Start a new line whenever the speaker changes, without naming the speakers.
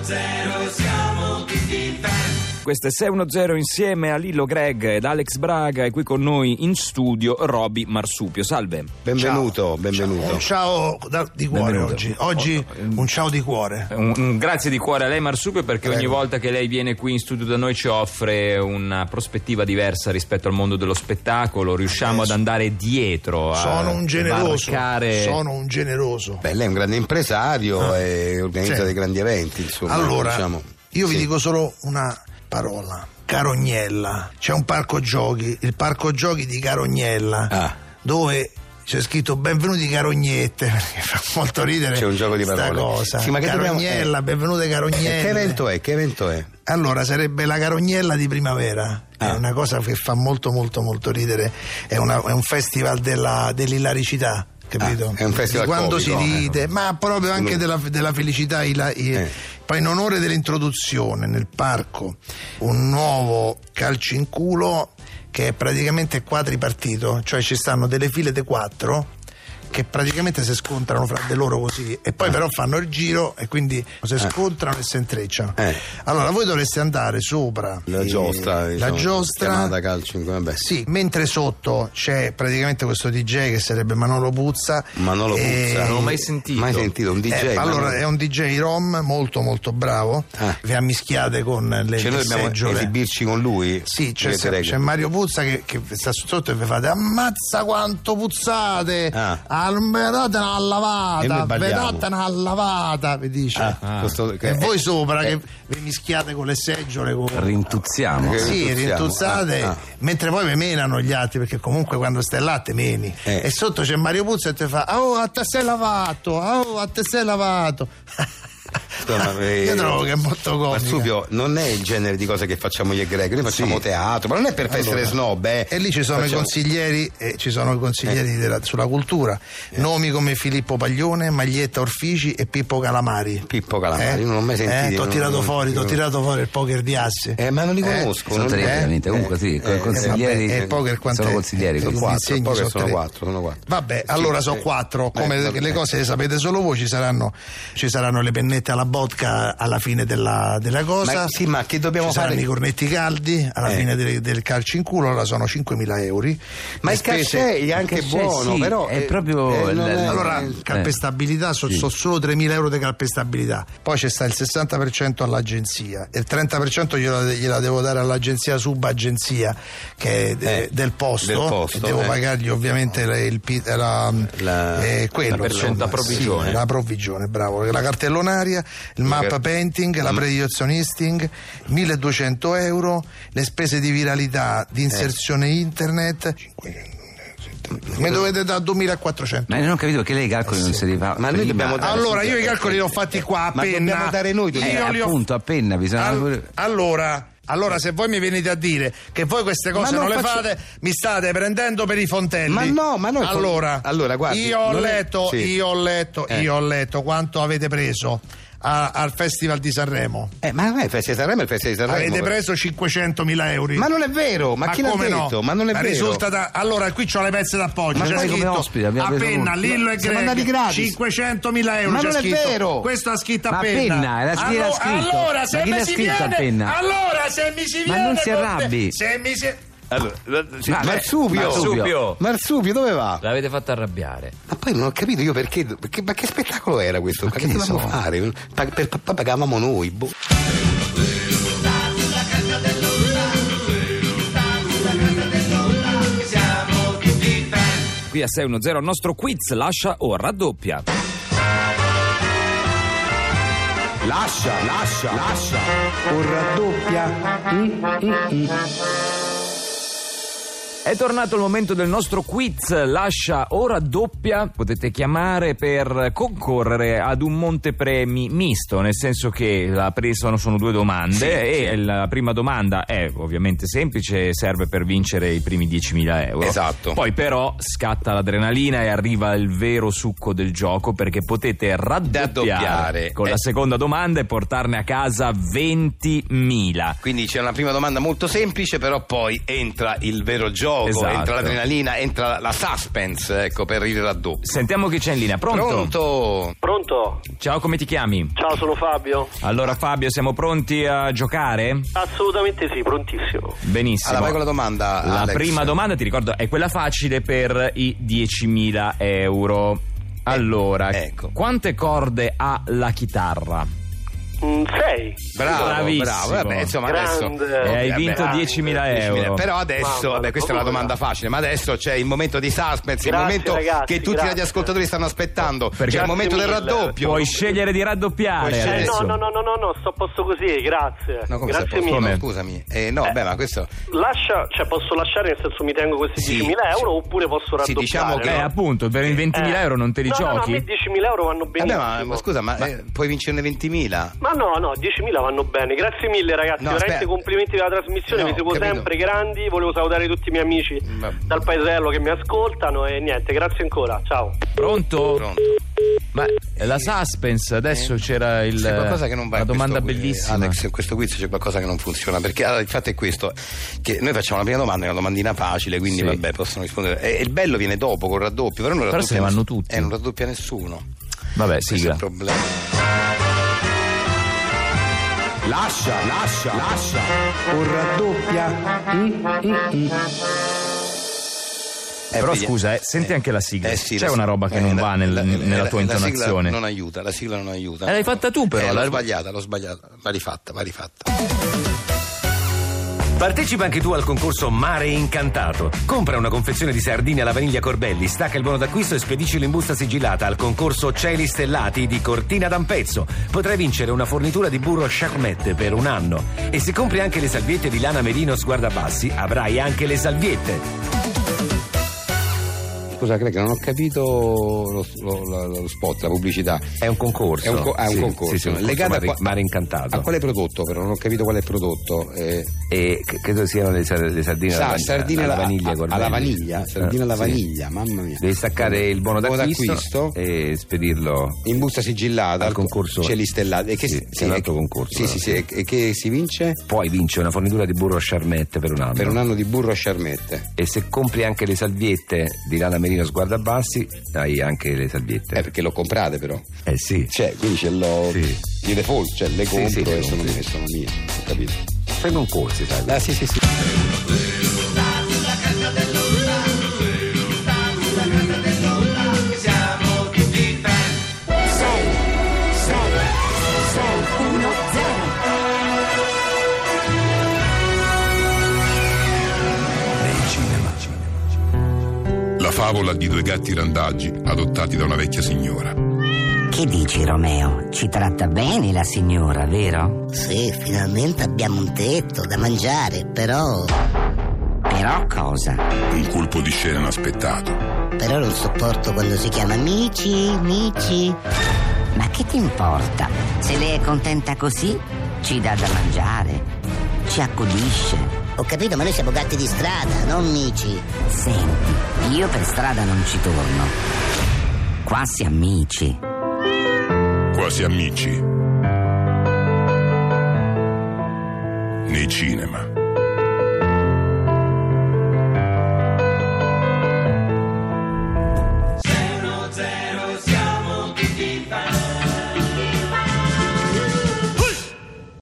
610 siamo tutti fan.
Questo è 610 insieme a Lillo Greg ed Alex Braga e qui con noi in studio Roby Marsupio. Salve.
Benvenuto, benvenuto.
Un ciao da- di cuore
Benvenuto.
oggi. Oggi un ciao di cuore.
Un, un grazie di cuore a lei Marsupio perché ogni volta che lei viene qui in studio da noi ci offre una prospettiva diversa rispetto al mondo dello spettacolo, riusciamo ad
Adesso.
andare dietro a
Sono un generoso.
varcare-
Sono un generoso.
Beh, lei è un grande impresario e organizza
Ah. Sì.
dei grandi eventi, insomma.
Allora,
diciamo.
io vi
Sì.
dico solo una parola. Carognella. C'è un parco giochi, il parco giochi di Carognella,
Ah.
dove c'è scritto benvenuti carognette, perché fa molto ridere
C'è un gioco di
sta
parole.
cosa.
Sì, ma che dobbiamo-
carognella,
eh.
benvenute
Eh,
carognelle.
che evento è? Che evento è?
Allora, sarebbe la carognella di primavera.
Ah.
È una cosa che fa molto, molto, molto ridere. È, una- è un festival della- dell'ilaricità. Capito?
Ah, è un festival
Di quando
comico,
si
eh.
ride, ma proprio anche della, della felicità. ila- i-
Eh.
Poi, in onore dell'introduzione nel parco, un nuovo calcio in culo che è praticamente quadripartito, cioè ci stanno delle file di quattro che praticamente si scontrano fra di loro così e
Eh.
poi però fanno il giro e quindi si scontrano e si intrecciano.
Eh.
Allora, voi dovreste andare sopra
La
eh,
giostra,
la
diciamo,
giostra Eh,
chiamata calcio in vabbè.
sì, mentre sotto c'è praticamente questo DJ che sarebbe Manolo Puzza.
Manolo
E-
Puzza.
Non l'ho mai sentito.
Mai sentito un DJ.
Eh, allora
Manolo.
è un DJ rom molto molto bravo.
Ah.
Vi ammischiate con le,
Cioè,
le
noi dobbiamo
seggiole.
esibirci con lui?
eh. Sì, c'è,
Dovete regole.
c'è Mario Puzza che, che sta sotto e vi fate ammazza quanto puzzate,
Ah.
Ah, non me date una
E noi
lavata, vi
balliamo.
date una lavata, vi dice.
Ah, questo-
E
che-
voi sopra che vi mischiate con le seggiole, con,
Rintuzziamo.
Che
sì,
rintuzziamo.
rintuzzate,
Ah, ah.
mentre poi me menano gli altri, perché comunque quando stai là te meni.
Eh.
E sotto c'è Mario Puzza e te fa, "Ah, oh, a te sei lavato, ah, oh, a te sei lavato.
Insomma, eh,
Io trovo che è molto comico.
Marsupio non è il genere di cose che facciamo io e Greg, noi facciamo teatro, ma non è per essere snob, eh.
E lì ci sono i
Facciamo-
consiglieri, eh, ci sono i consiglieri della- sulla cultura,
Eh.
nomi come Filippo Paglione, Maglietta Orfici e Pippo Calamari.
Pippo Calamari,
Eh?
Ah, non l'ho mai sentito.
Eh, t'ho
non-
tirato
non-
fuori, t'ho
non-
tirato fuori il poker di asse.
Eh, ma non li conosco. non-
tre,
eh,
veramente. Comunque, sì,
eh, eh,
consiglieri-
vabbè, e il poker quant'è?
sono consiglieri,
Eh,
con
mi
quattro,
insegni,
poker
so
sono
tre.
quattro, sono quattro.
Vabbè,
Certo. Sì,
allora so
eh,
quattro,
eh,
come
vabbè.
le cose le sapete solo voi, ci saranno, ci saranno le pennette alla vodka alla fine della, della cosa.
Ma- sì, ma che dobbiamo
ci saranno
fare?
i cornetti caldi alla
Eh.
fine del, del calcio in culo, allora sono 5.000 euro.
Ma
Le
il cachet è anche
il cachet,
buono,
sì,
però
è
eh,
proprio
eh, non
la-
è-
la-
allora,
eh,
calpestabilità sono solo 3.000 euro di calpestabilità. Poi c'è sta il 60% all'agenzia e il 30% gliela, gliela devo dare all'agenzia subagenzia che è de-
Eh,
del posto.
del posto,
e devo
eh.
pagargli ovviamente le- il pi- la,
La-
eh, quello,
la percent-
insomma.
la provvigione.
Sì, la provvigione, bravo. La cartellonaria, il map painting,
Mm.
la predizionisting, 1.200 euro, le spese di viralità,
Eh.
di inserzione internet. 500. Mi dovete dare 2400
Ma non ho capito perché lei i calcoli non se li fa.
Eh, Ma noi
prima.
dobbiamo
Eh,
dare-
allora, io i calcoli li ho fatti qua a
Ma
penna.
dobbiamo dare noi tutti.
Io
Eh,
li ho-
appunto, a penna bisogna
Al-
pure-
Allora, allora, se voi mi venite a dire che voi queste cose
Ma
non,
non
le
faccio-
fate, mi state prendendo per i fontelli.
Ma no, ma noi-
Allora,
Allora, guardi,
io ho
non è-
letto,
sì.
io ho letto,
Eh.
io ho letto quanto avete preso a- al Festival di Sanremo.
Eh, ma non è il Festival di Sanremo, è il Festival di Sanremo.
Avete
però.
preso 500.000 euro.
eh. Ma non è vero, ma, chi l'ha
come
detto?
No?
Ma non è vero.
risulta da- Allora, Eh, qui c'ho le pezze d'appoggio.
Ma
c'è
poi come
scritto
ospite abbiamo
a
preso
penna,
tutti.
Lillo e
Siamo andati
Greg.
gratis.
500.000 euro.
Ma
c'è
non è
scritto.
vero.
Questo ha scritto a
Ma
penna.
penna, la- chi l'ha
Allora-
scritto?
Allora,
Ma
se
chi
mi
l'ha
si
scritto a
viene,
penna?
allora se mi si
Ma
viene.
non si
con te-
arrabbi.
Se mi si.
Ma-
Marsupio.
Marsupio.
Marsupio, dove va?
L'avete fatta arrabbiare.
Ma poi non ho capito io perché, perché- ma che spettacolo era questo? Ma che,
ne
dovevamo
so?
fare? Pa- per- pa- pagavamo noi, boh.
Siamo tutti fan.
Qui a 610 il nostro quiz lascia o raddoppia.
Lascia, lascia, lascia.
È tornato il momento del nostro quiz, lascia ora doppia, potete chiamare per concorrere ad un montepremi misto, nel senso che la pre- sono, sono due domande e la prima domanda è ovviamente semplice, serve per vincere i primi 10.000 euro.
Esatto.
Poi però scatta l'adrenalina e arriva il vero succo del gioco perché potete raddoppiare
Raddoppiare.
con
Eh.
la seconda domanda e portarne a casa 20.000.
Quindi c'è una prima domanda molto semplice, però poi entra il vero gioco,
Esatto.
entra l'adrenalina, entra la, la suspense, ecco, per il raddoppio.
Sentiamo chi c'è in linea. Pronto?
Pronto?
Pronto?
Ciao, come ti chiami?
Ciao, sono Fabio.
Allora Fabio, siamo pronti a giocare?
Assolutamente sì, prontissimo.
Benissimo.
Allora, vai con la domanda.
La
Alex.
prima domanda, ti ricordo, è quella facile per i 10.000 euro. Allora,
Eh, ecco.
quante corde ha la chitarra?
Mm, sei.
Bravo,
Bravissimo.
bravo. Vabbè, insomma, adesso
Grande.
E Eh, hai
Eh, vabbè,
vinto
vabbè.
10.000 euro.
Però adesso,
Mamma,
vabbè, questa è una
dura.
domanda facile, ma adesso c'è il momento di suspense, il
Grazie,
momento
ragazzi,
che tutti
grazie.
gli ascoltatori stanno aspettando.
Perché-
c'è il momento del
Grazie mille.
raddoppio.
Puoi scegliere di raddoppiare
Puoi scegliere.
Eh,
adesso.
no, no, no, no, no, no, sto a posto così, grazie.
No, come
grazie
sei posto?
mille.
No, scusami. Eh, no, beh, ma questo
Lascia, cioè posso lasciare nel senso mi tengo questi
Sì.
10.000 euro oppure posso raddoppiare?
Sì, diciamo che-
Eh,
no?
appunto, per i 20.000
Eh.
euro non te li
No, no, no, a
giochi?
me 10.000 euro vanno
Vabbè,
benissimo.
Eh, ma, ma scusa, ma, eh, puoi vincerne 20.000?
Ma no, no, 10.000 vanno bene. Grazie mille ragazzi,
No,
veramente
aspetta.
complimenti per la trasmissione,
No,
vi seguo
capito.
sempre grandi, volevo salutare tutti i miei amici
Vabbè.
dal paesello che mi ascoltano e niente, grazie ancora, ciao.
Pronto?
Pronto.
Ma eh, la suspense, adesso c'era il,
C'è qualcosa che non va
la
in
domanda
questo quiz.
bellissima.
Alex, in questo quiz c'è qualcosa che non funziona. Perché allora, il fatto è questo: che noi facciamo la prima domanda, è una domandina facile, quindi
Sì.
vabbè, possono rispondere. E, e il bello viene dopo col raddoppio, però non
Però se
raddoppia
ne vanno
ness-
tutti.
Eh, non raddoppia nessuno.
Vabbè,
Questo è
sigla.
il problema.
Lascia, lascia, lascia. O raddoppia.
Eh,
Però
vedi-
scusa, eh, senti
eh,
anche la sigla.
eh sì,
C'è
la-
una roba che
eh,
non
la-
va nel-
la-
nella
la-
tua
La sigla
intonazione.
non aiuta, la sigla non aiuta.
Eh, l'hai fatta tu, però,
Eh,
la-
l'ho sbagliata, l'ho sbagliata. Va rifatta, va rifatta.
Partecipa anche tu al concorso Mare Incantato. Compra una confezione di sardine alla vaniglia Corbelli, stacca il buono d'acquisto e spedicilo in busta sigillata al concorso Cieli Stellati di Cortina d'Ampezzo. Potrai vincere una fornitura di burro Charmette per un anno. E se compri anche le salviette di lana merino sguardabassi, avrai anche le salviette.
Scusa, Greg, non ho capito lo, lo- lo- lo spot, la pubblicità.
È un concorso.
È un, co- ah, è un
Sì,
concorso.
sì, sì, un concorso
Legato
Mare,
a, qua-
Mare Incantato.
A quale prodotto, però? Non ho capito qual è il prodotto. Eh,
E c- credo siano le, sar- le sardine
sa-
alla, vaniglia-
sardine
alla
alla-
vaniglia
a-
Corbelli. Eh,
alla vaniglia? Sardine alla
sì.
vaniglia, mamma mia.
Devi staccare il buono
Buono
d'acquisto,
d'acquisto.
e spedirlo
In busta sigillata
Al concorso.
Cieli stellati. E che,
Sì,
si-
c'è un altro
e-
concorso, eh.
Sì,
però.
sì, sì. E, e che si vince?
Poi vince una fornitura di burro Charmette per un anno.
Per un anno di burro a sciarmette. Eh,
E se compri anche le salviette di Lana Merino Sguardabassi, hai anche le salviette.
Eh, perché lo comprate, però.
Eh sì.
Cioè, quindi ce l'ho
Sì.
di default, cioè le
Sì,
compro
sì, le
e sono,
compri.
mie, sono mie. Ho capito.
Fai concorsi, sai.
Ah, sì, sì, sì.
siamo tutti fan.
6 6 6 1 0
La favola di due gatti randaggi adottati da una vecchia signora.
Che dici Romeo? Ci tratta bene la signora, vero? Sì, finalmente abbiamo un tetto da mangiare, però... Però cosa?
Un colpo di scena inaspettato.
Però non sopporto quando si chiama Mici, Mici. Ma che ti importa? Se lei è contenta così, ci dà da mangiare, ci accudisce. Ho capito, ma noi siamo gatti di strada, non Mici. Senti, io per strada non ci torno. Qua si amici.
Quasi amici. Nei cinema.